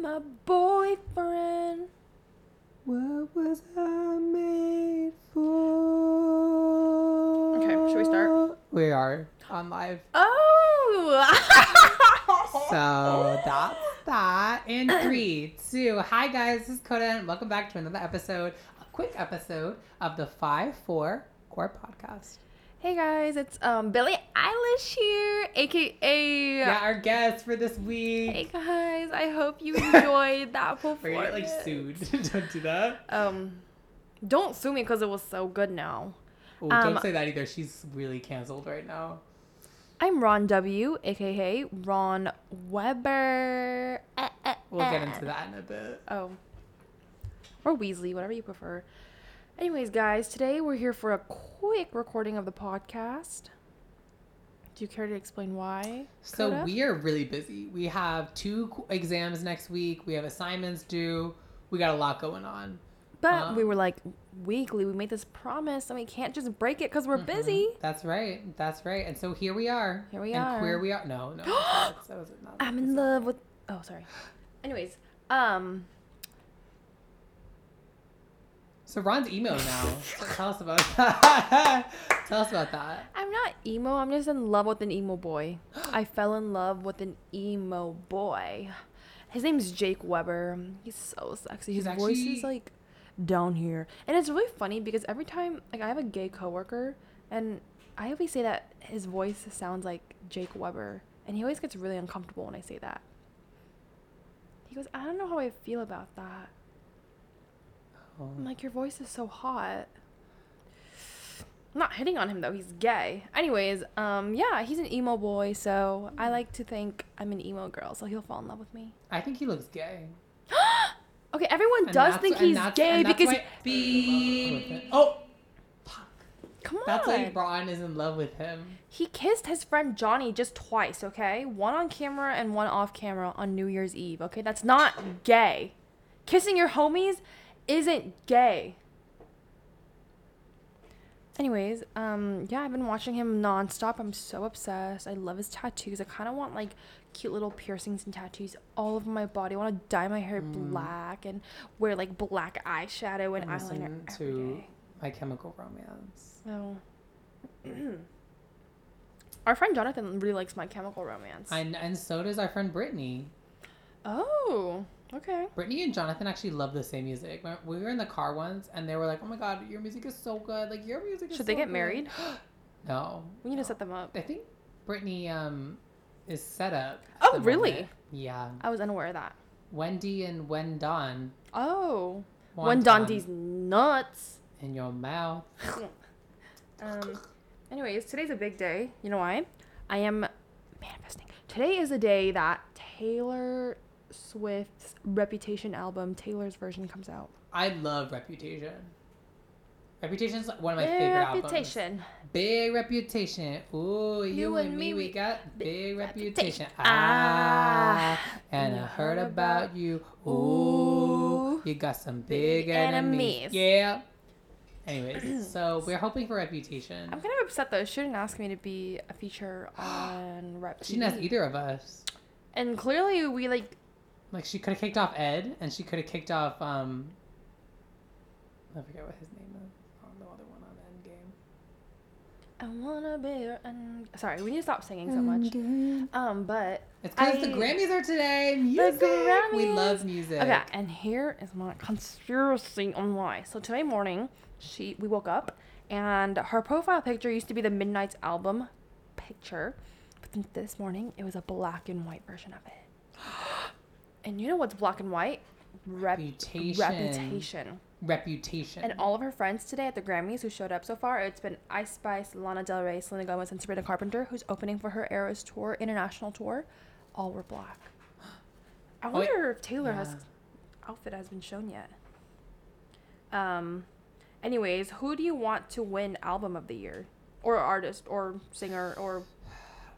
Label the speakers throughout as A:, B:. A: my boyfriend.
B: What was I made for?
A: Okay, should we start?
B: We are on live.
A: Oh!
B: So that's that. In three, two. Hi, guys. This is Coda, and welcome back to another episode, a quick episode of the 5 4 Core podcast.
A: hey guys, it's um Billie Eilish here, aka.
B: Yeah, our guest for this week.
A: Hey guys, I hope you enjoyed that performance.
B: We're gonna get like sued. don't do that.
A: Um, don't sue me because it was so good. Now,
B: Oh,
A: Um,
B: don't say that either. She's really canceled right now.
A: I'm Ron W, aka Ron Weber. Eh, eh,
B: We'll get
A: eh.
B: into that in a bit.
A: Oh. Or Weasley, whatever you prefer. Anyways, guys, today we're here for a quick recording of the podcast. Do you care to explain why?
B: So
A: Coda?
B: we are really busy. We have two qu- exams next week. We have assignments due. We got a lot going on.
A: But we
B: um,
A: were like, weekly, we made this promise and we can't just break it because we're busy.
B: That's right. That's right. And so here we are.
A: Here we
B: and
A: are.
B: Queer we are. No, no. that's- that was not-
A: I'm in love with. Oh, sorry. Anyways, um,
B: So Ron's emo now. So tell us about that. tell us about that.
A: I'm not emo. I'm just in love with an emo boy. I fell in love with an emo boy. His name's Jake Weber. He's so sexy. His
B: He's
A: voice
B: actually-
A: is like down here, and it's really funny because every time, like, I have a gay coworker, and I always say that his voice sounds like Jake Weber, and he always gets really uncomfortable when I say that. He goes, "I don't know how I feel about that."
B: Oh.
A: I'm like, your voice is so hot. I'm not hitting on him though. He's gay. Anyways, um, yeah, he's an emo boy, so
B: Mm.
A: I like to think I'm an emo girl, so he'll fall in love with me.
B: I think he looks gay.
A: Okay, everyone
B: And
A: does
B: that's-
A: think
B: and
A: he's
B: that's-
A: gay
B: and that's
A: because
B: why- Beep. Oh,
A: come on,
B: that's why Ron is in love with him.
A: he kissed his friend Johnny just twice. Okay, one on camera and one off camera on New Year's Eve. Okay, that's not gay. Kissing your homies isn't gay. Anyways, um, yeah, I've been watching him nonstop. I'm so obsessed. I love his tattoos. I kind of want like cute little piercings and tattoos all over my body. I want to dye my hair
B: Mm.
A: black and wear like black eyeshadow and
B: Listen
A: eyeliner every
B: to
A: day.
B: My Chemical Romance.
A: No. Our friend Jonathan really likes My Chemical Romance.
B: And and so does our friend Brittany.
A: oh, okay.
B: Brittany and Jonathan actually love the same music. When We were in the car once, and they were like, "Oh my god, your music is so good! Like your music is."
A: Should they
B: so
A: get
B: good."
A: married?
B: No.
A: We need
B: no.
A: to set them up.
B: I think Brittany um is set up. at
A: Oh,
B: the
A: really?
B: moment. Yeah.
A: I was unaware of that.
B: Wendy and Wendon.
A: Oh. When
B: Wonton
A: Dante's nuts.
B: in your mouth.
A: um, anyways, today's a big day. You know why? I am manifesting. Today is a day that Taylor Swift's Reputation album, Taylor's version, comes out.
B: I love Reputation. Reputation's one of my favorite albums.
A: Reputation.
B: Big reputation. Ooh, you, and, me, we got big reputation.
A: Ah.
B: Ah, and I heard about you. Ooh,
A: Ooh.
B: you got some
A: Big
B: big enemies.
A: enemies.
B: Yeah. Anyways, so we're hoping for reputation.
A: I'm kind of upset though. She didn't ask me to be a feature on Rep.
B: She didn't ask
A: TV.
B: either of us.
A: And clearly, we like.
B: Like she could have kicked off Ed, and she could have kicked off um. I forget what his name is. Oh, the other one on Endgame.
A: I wanna be. your un- Sorry, we need to stop singing so much.
B: Mm-hmm.
A: Um, but
B: It's because the
A: I-
B: Grammys are today. Music. We
A: Grammys.
B: love music.
A: okay, and here is my conspiracy on why. So today morning, she we woke up, and her profile picture used to be the Midnight's album picture, but then this morning it was a black and white version of it. And you know what's black and white? Rep-
B: Reputation.
A: Reputation.
B: Reputation.
A: And all of her friends today at the Grammys who showed up so far, it's been Ice Spice, Lana Del Rey, Selena Gomez, and Sabrina Carpenter, who's opening for her Eras tour, international tour. All were black. I
B: Oh, wait.
A: wonder if Taylor has
B: Yeah.
A: outfit has been shown yet. Um, anyways, who do you want to win album of the year, or artist, or singer, or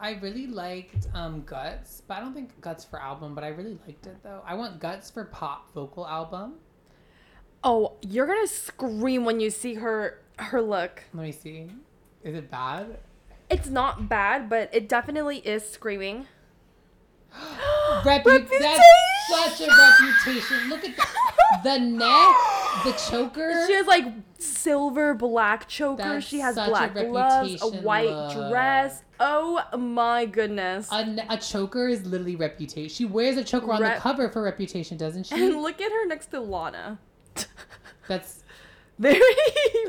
B: I really liked um, Guts, but I don't think Guts for album, but I really liked it though. I want Guts for pop vocal album.
A: oh, you're gonna scream when you see her her look.
B: Let me see. Is it bad?
A: It's not bad, but it definitely is screaming.
B: reputation. That's such a reputation. Look at the, the neck, the choker.
A: She has like silver black chokers.
B: That's
A: she has
B: such a
A: black gloves, a
B: reputation,
A: white
B: love.
A: dress. Oh my goodness.
B: a, ne- a choker is literally reputation. She wears a choker on
A: Rep-
B: the cover for reputation, doesn't she?
A: and look at her next to Lana.
B: That's.
A: Very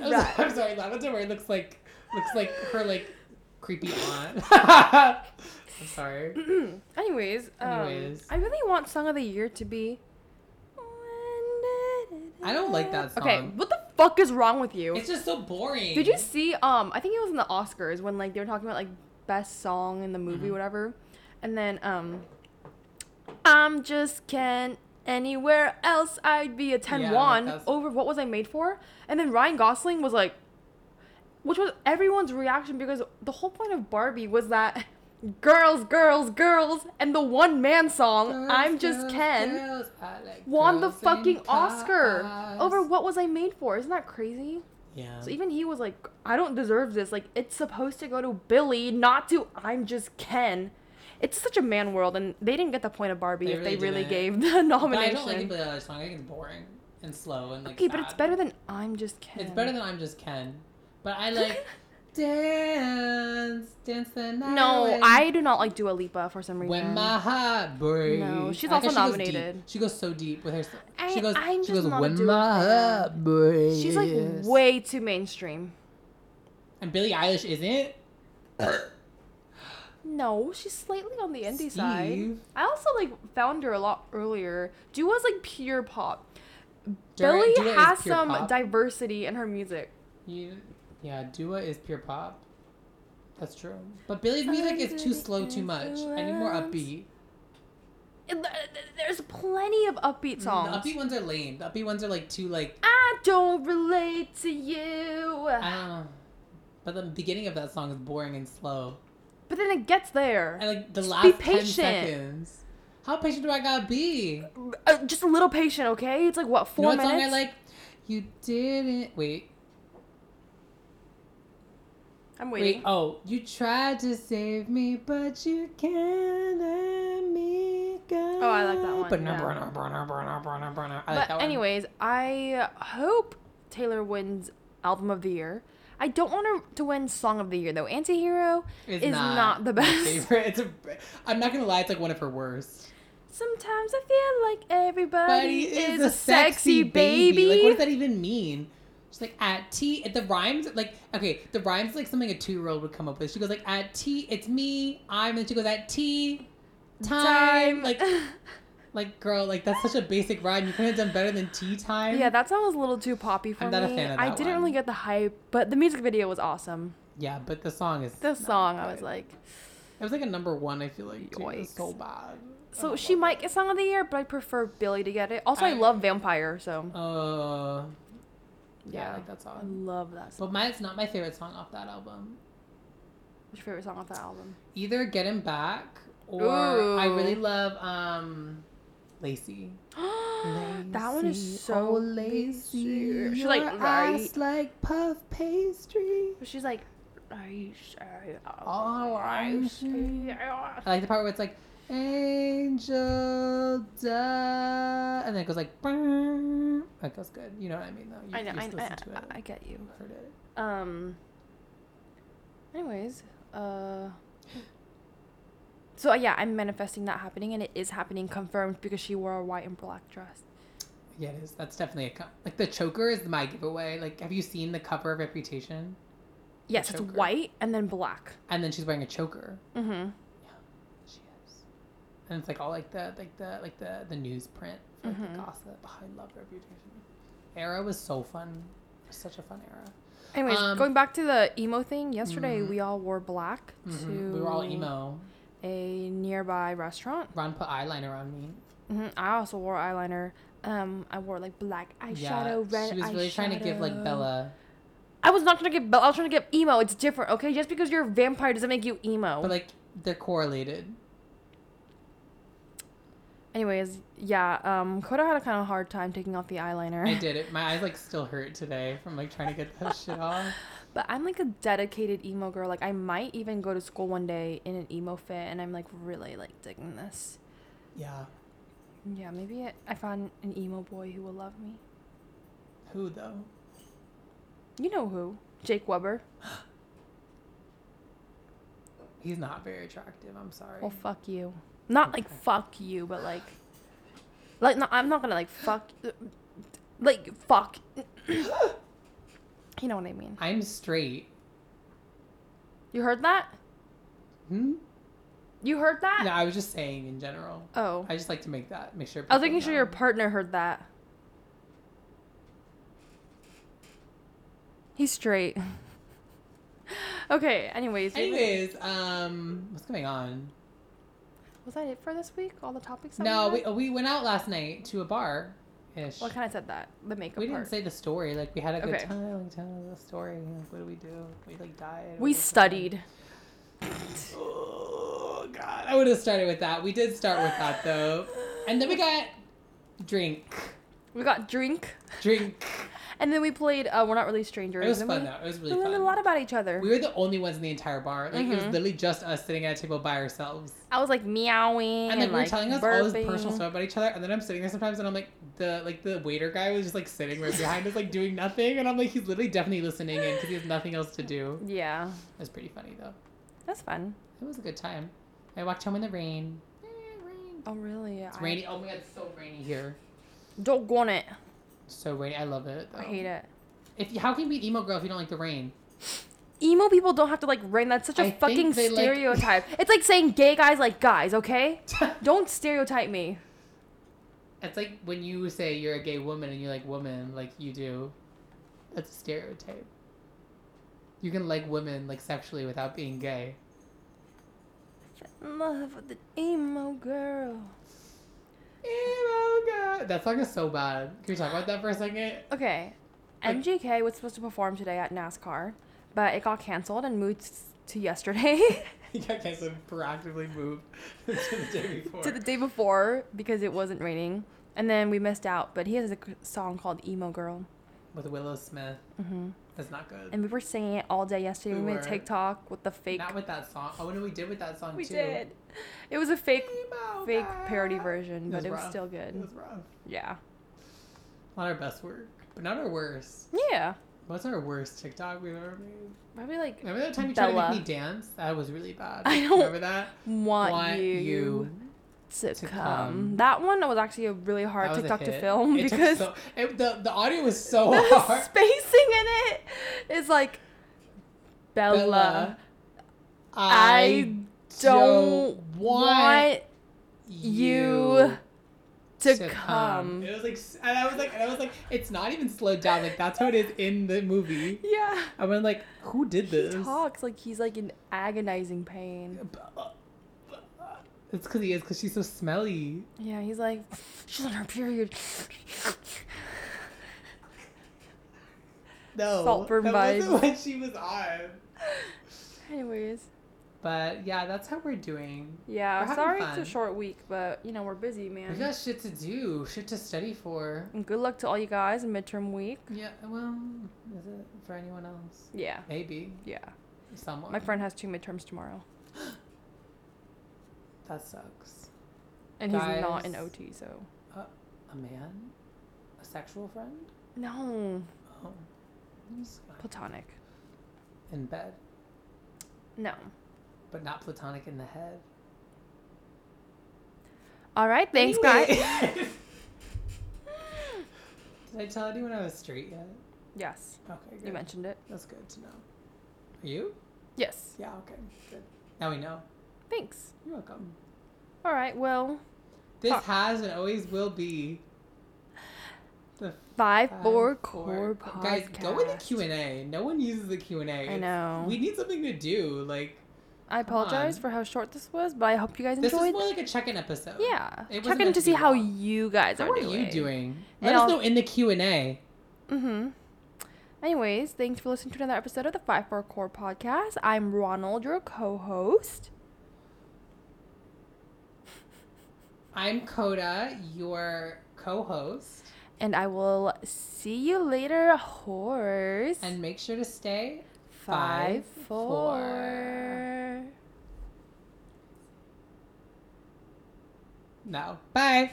B: I'm,
A: rat.
B: sorry, I'm sorry, Lana Del Rey looks like looks like her like creepy aunt. I'm sorry.
A: Anyways, um,
B: Anyways.
A: I really want song of the year to be.
B: I don't like that
A: Okay,
B: song.
A: what the fuck is wrong with you?
B: It's just so boring.
A: Did you see? Um, I think it was in the Oscars when like they were talking about like best song in the movie,
B: Mm-hmm.
A: whatever, and then um, I'm just Ken. Anywhere else, I'd be a ten
B: Yeah,
A: won
B: that's-
A: over what was I made for? And then Ryan Gosling was like, which was everyone's reaction because the whole point of Barbie was that girls, girls, girls, and the one man song,
B: Girls,
A: I'm just
B: girls,
A: Ken,
B: girls, I like
A: won the
B: girls in
A: fucking Oscar
B: cars.
A: over what was I made for? Isn't that crazy?
B: Yeah.
A: So even he was like, I don't deserve this. Like, it's supposed to go to Billy, not to I'm just Ken. It's such a man world, and they didn't get the point of Barbie
B: They
A: if they
B: really
A: really gave
B: didn't.
A: the
B: But I
A: nomination.
B: don't like the Billie Eilish song. I think it's boring and slow and like.
A: okay, but it's
B: sad.
A: better than I'm just Ken.
B: It's better than I'm just Ken. But I like dance, dance the night.
A: No,
B: away.
A: I do not like Dua Lipa for some reason.
B: When my heart breaks.
A: No, she's
B: I like
A: also
B: how she goes
A: nominated.
B: deep. She goes so deep with her. s-
A: I-
B: she goes.
A: I'm
B: she
A: just
B: goes.
A: not a
B: When
A: Dua
B: my
A: fan."
B: heart breaks.
A: She's like way too mainstream.
B: And Billie Eilish isn't.
A: No, she's slightly on the indie side.
B: Steve.
A: I also like found her a lot earlier. Dua's like pure pop.
B: Dua-
A: Billy
B: Dua is
A: has
B: pure
A: some
B: pop.
A: diversity in her music.
B: You, yeah, Dua is pure pop. That's true. But Billy's music is too slow, too much. I need more upbeat.
A: And th- th- There's plenty of upbeat
B: The
A: songs.
B: upbeat ones are lame. The upbeat ones are like too like
A: I don't relate to you.
B: I don't know. But the beginning of that song is boring and slow.
A: But then it gets there.
B: And like the
A: Just be
B: last ten
A: patient.
B: seconds. How patient do I gotta be? You
A: Uh, just a little patient, okay? It's like what
B: know
A: four
B: what
A: minutes.
B: song I like? You didn't wait.
A: am
B: Wait.
A: waiting.
B: Oh, you tried to save me, but you can't let me go.
A: Oh, I like that one,
B: But no,
A: yeah.
B: burner, burner, burner, burner, burner. I like
A: but
B: that one.
A: anyways, I hope Taylor wins album of the year. I don't want her to win song of the year though. Antihero is not, the
B: my
A: best.
B: favorite. It's a, I'm not gonna lie, it's like one of her worst.
A: Sometimes I feel like
B: But
A: everybody
B: he
A: is, a sexy baby.
B: Like, what does that even mean? She's like at T. The rhymes like okay. The rhymes like something a two year old would come up with. She goes like at T. It's me. I'm. And she goes at T. Time. Like like girl. Like that's such a basic rhyme. You could have done better than tea time.
A: Yeah, that song was a little too poppy for
B: I'm not a
A: me.
B: fan of
A: I
B: that
A: didn't
B: one.
A: really get the hype, but the music video was awesome.
B: Yeah, but the song is.
A: The
B: not
A: song, I
B: good.
A: was like,
B: It was like a number one. I feel like. Dude, it was
A: Yikes.
B: so bad.
A: so she might get song of the year, but I prefer Billy to get it. Also, I,
B: I-
A: love Vampire, so
B: Uh. Yeah,
A: Yeah.
B: I like that
A: I
B: song.
A: love that. Song.
B: But my it's not my favorite song off that album. oh.
A: What's your favorite song off that album?
B: Either Get Him Back or I
A: Ooh.
B: really love um Lacey. Oh,
A: that one is so Lacey. She's like, right.
B: like puff pastry.
A: She's like, are you sure?
B: All
A: Are you sure?
B: I like the part where it's like Angel duh and then it goes like brrrr. like that's good. You know what I mean though. You,
A: I know.
B: you
A: I,
B: just
A: I,
B: listen to it.
A: I get you.
B: Heard it.
A: Um. Anyways, uh. So uh, yeah, I'm manifesting that happening, and it is happening, confirmed because she wore a white and black dress.
B: Yeah, it is. That's definitely a co- like the choker is my giveaway. Like, have you seen the cover of Reputation?
A: Yes, it's
B: choker.
A: white and then black.
B: And then she's wearing a choker.
A: Mm-hmm.
B: She is. And it's like all like the like the like the the newsprint for like,
A: Mhm.
B: the gossip. Oh, I love Reputation. Era was so fun. It was such a fun era.
A: Anyways,
B: Um,
A: going back to the emo thing. Yesterday,
B: Mhm.
A: we all wore black
B: Mhm.
A: to
B: We were all emo.
A: a nearby restaurant.
B: Ron put eyeliner on me.
A: hmm I also wore eyeliner. Um, I wore like black eyeshadow, red
B: she was really trying to give like
A: eyeshadow.
B: Bella,
A: I was not trying to give Bella. I was trying to give emo. It's different, okay? Just because you're a vampire doesn't make you emo.
B: but like they're correlated.
A: Anyways, yeah, um, Koda had a kind of hard time taking off the eyeliner.
B: I did it. My eyes like still hurt today from like trying to get that shit off.
A: But I'm like a dedicated emo girl. Like I might even go to school one day in an emo fit, and I'm like really like digging this.
B: Yeah.
A: Yeah, maybe I- I found an emo boy who will love me.
B: Who though?
A: You know who? Jake Weber.
B: He's not very attractive. I'm sorry.
A: Well, fuck you. Not like fuck you, but like, like no, I'm not gonna like fuck, like fuck. you know what I mean?
B: I'm straight.
A: You heard that?
B: Hmm?
A: You heard that?
B: No, I was just saying in general.
A: Oh,
B: I just like to make that make sure.
A: I was
B: people
A: making sure your
B: know.
A: partner heard that. He's straight. okay. Anyways. do you have any-
B: Anyways, um, what's going on?
A: Was that it for this week? All the topics? that
B: No,
A: had?
B: we we went out last night to a bar. Ish.
A: Well, I kind of said that. The makeup
B: We
A: part.
B: didn't say the story. Like we had a good
A: Okay.
B: time. Like, tell us the story. Like, what do we do? We like died.
A: we
B: did something.
A: studied.
B: Oh God! I would have started with that. We did start with that though, and then we got drink,
A: We got drink,
B: drink.
A: and then we played. Uh, We're not really strangers.
B: It was
A: and
B: fun
A: we,
B: though. It was
A: we
B: really
A: learned a
B: fun.
A: lot about each other.
B: We were the only ones in the entire bar. Like it was
A: Mhm.
B: literally just us sitting at a table by ourselves.
A: I was like meowing and,
B: And like we were
A: like
B: telling us all this
A: burping.
B: personal stuff about each other, and then I'm sitting there sometimes, and I'm like, the like the waiter guy was just like sitting right behind us, like doing nothing, and I'm like, he's literally definitely listening in because he has nothing else to do.
A: Yeah,
B: It was pretty funny though.
A: that's fun.
B: It was a good time. I walked home in the rain. Eh, rain.
A: Oh really?
B: It's
A: I-
B: rainy. Oh my god, it's so rainy here.
A: Don't go on it.
B: So rainy. I love it. Though.
A: I hate it.
B: If you- how can you be an emo girl if you don't like the rain?
A: Emo people don't have to like rain. That's such a
B: I think
A: fucking
B: they, like-
A: stereotype. it's like saying gay guys like guys. Okay, don't stereotype me.
B: it's like when you say you're a gay woman and you like women, like you do. That's a stereotype. You can like women like sexually without being gay.
A: In love with the emo girl.
B: Emo girl. That song is so bad. Can we talk about that for a second?
A: Okay.
B: Like-
A: MGK was supposed to perform today at NASCAR, but it got canceled and moved s- to yesterday,
B: You got canceled proactively moved to the day before.
A: to the day before because it wasn't raining. And then we missed out, but he has a c- song called Emo Girl.
B: With Willow Smith.
A: hmm
B: That's not good.
A: And we were singing it all day yesterday. We,
B: We
A: made
B: were.
A: a TikTok with the fake.
B: Not with that song. Oh no, we did with that song
A: we
B: too.
A: did. It was a fake
B: Emo
A: fake
B: girl.
A: parody version,
B: It
A: but it was
B: rough.
A: still
B: It
A: good.
B: was rough.
A: Yeah.
B: Not our best work, but not our worst.
A: Yeah.
B: What's our worst TikTok we've ever made?
A: Probably like
B: Remember that time you tried
A: Bella.
B: to make me dance? That was really bad.
A: I don't
B: remember that.
A: want, you, to,
B: to
A: come.
B: come.
A: That one was actually a really hard
B: That was a
A: TikTok to
B: hit.
A: film
B: It took
A: because
B: so- it- the the audio was so
A: the
B: hard.
A: spacing in it is like Bella,
B: Bella,
A: I don't want you to, come.
B: It was like, s- and I was like, and I was like, it's not even slowed down. Like that's how it is in the movie.
A: Yeah.
B: I went like, who did
A: He
B: this?
A: talks like he's like in agonizing pain.
B: It's because he is, because she's so smelly.
A: Yeah, he's like, she's on her period.
B: No,
A: Saltburn
B: that
A: vibes.
B: wasn't what she was on.
A: Anyways,
B: But yeah, that's how we're doing. We're
A: yeah,
B: having
A: sorry
B: fun.
A: it's a short week, but you know, we're busy,
B: We
A: man.
B: got shit to do, shit to study for.
A: And good luck to all you guys in midterm week.
B: Yeah, well, is it for anyone else?
A: Yeah,
B: Maybe
A: yeah.
B: someone.
A: My friend has two midterms tomorrow,
B: that sucks.
A: and he's not in
B: Guys.
A: OT, so.
B: A man, a sexual friend.
A: No,
B: Oh, he's fine.
A: platonic.
B: in bed,
A: No.
B: but not platonic in the head.
A: All right, thanks, guys.
B: Anyway. Did I tell anyone I was straight yet?
A: Yes,
B: Okay, good.
A: you mentioned it.
B: That's good to know. Are you?
A: Yes,
B: Yeah. Okay. Good. Now we know.
A: thanks.
B: You're welcome.
A: All right, well,
B: This
A: Fuck.
B: has and always will be the
A: five, four,
B: five, four-
A: core podcast.
B: Guys, go in the Q and A. No one uses the Q and A.
A: I know.
B: We need something to do. Like
A: I apologize
B: on.
A: for how short this was, but I hope you guys
B: this is
A: enjoyed.
B: more like a check-in episode.
A: yeah,
B: it wasn't
A: check in
B: meant
A: to
B: to be
A: see how
B: long.
A: you guys
B: How
A: are
B: are
A: doing.
B: you doing?
A: And
B: Let us
A: I'll-
B: know in the Q and A.
A: Mm-hmm. Anyways, thanks for listening to another episode of the Five Four Core podcast. I'm Ronald, your co-host.
B: I'm Coda, your co-host,
A: And I will see you later, horse.
B: and make sure to stay
A: five,
B: five,
A: four.
B: four. No. Bye.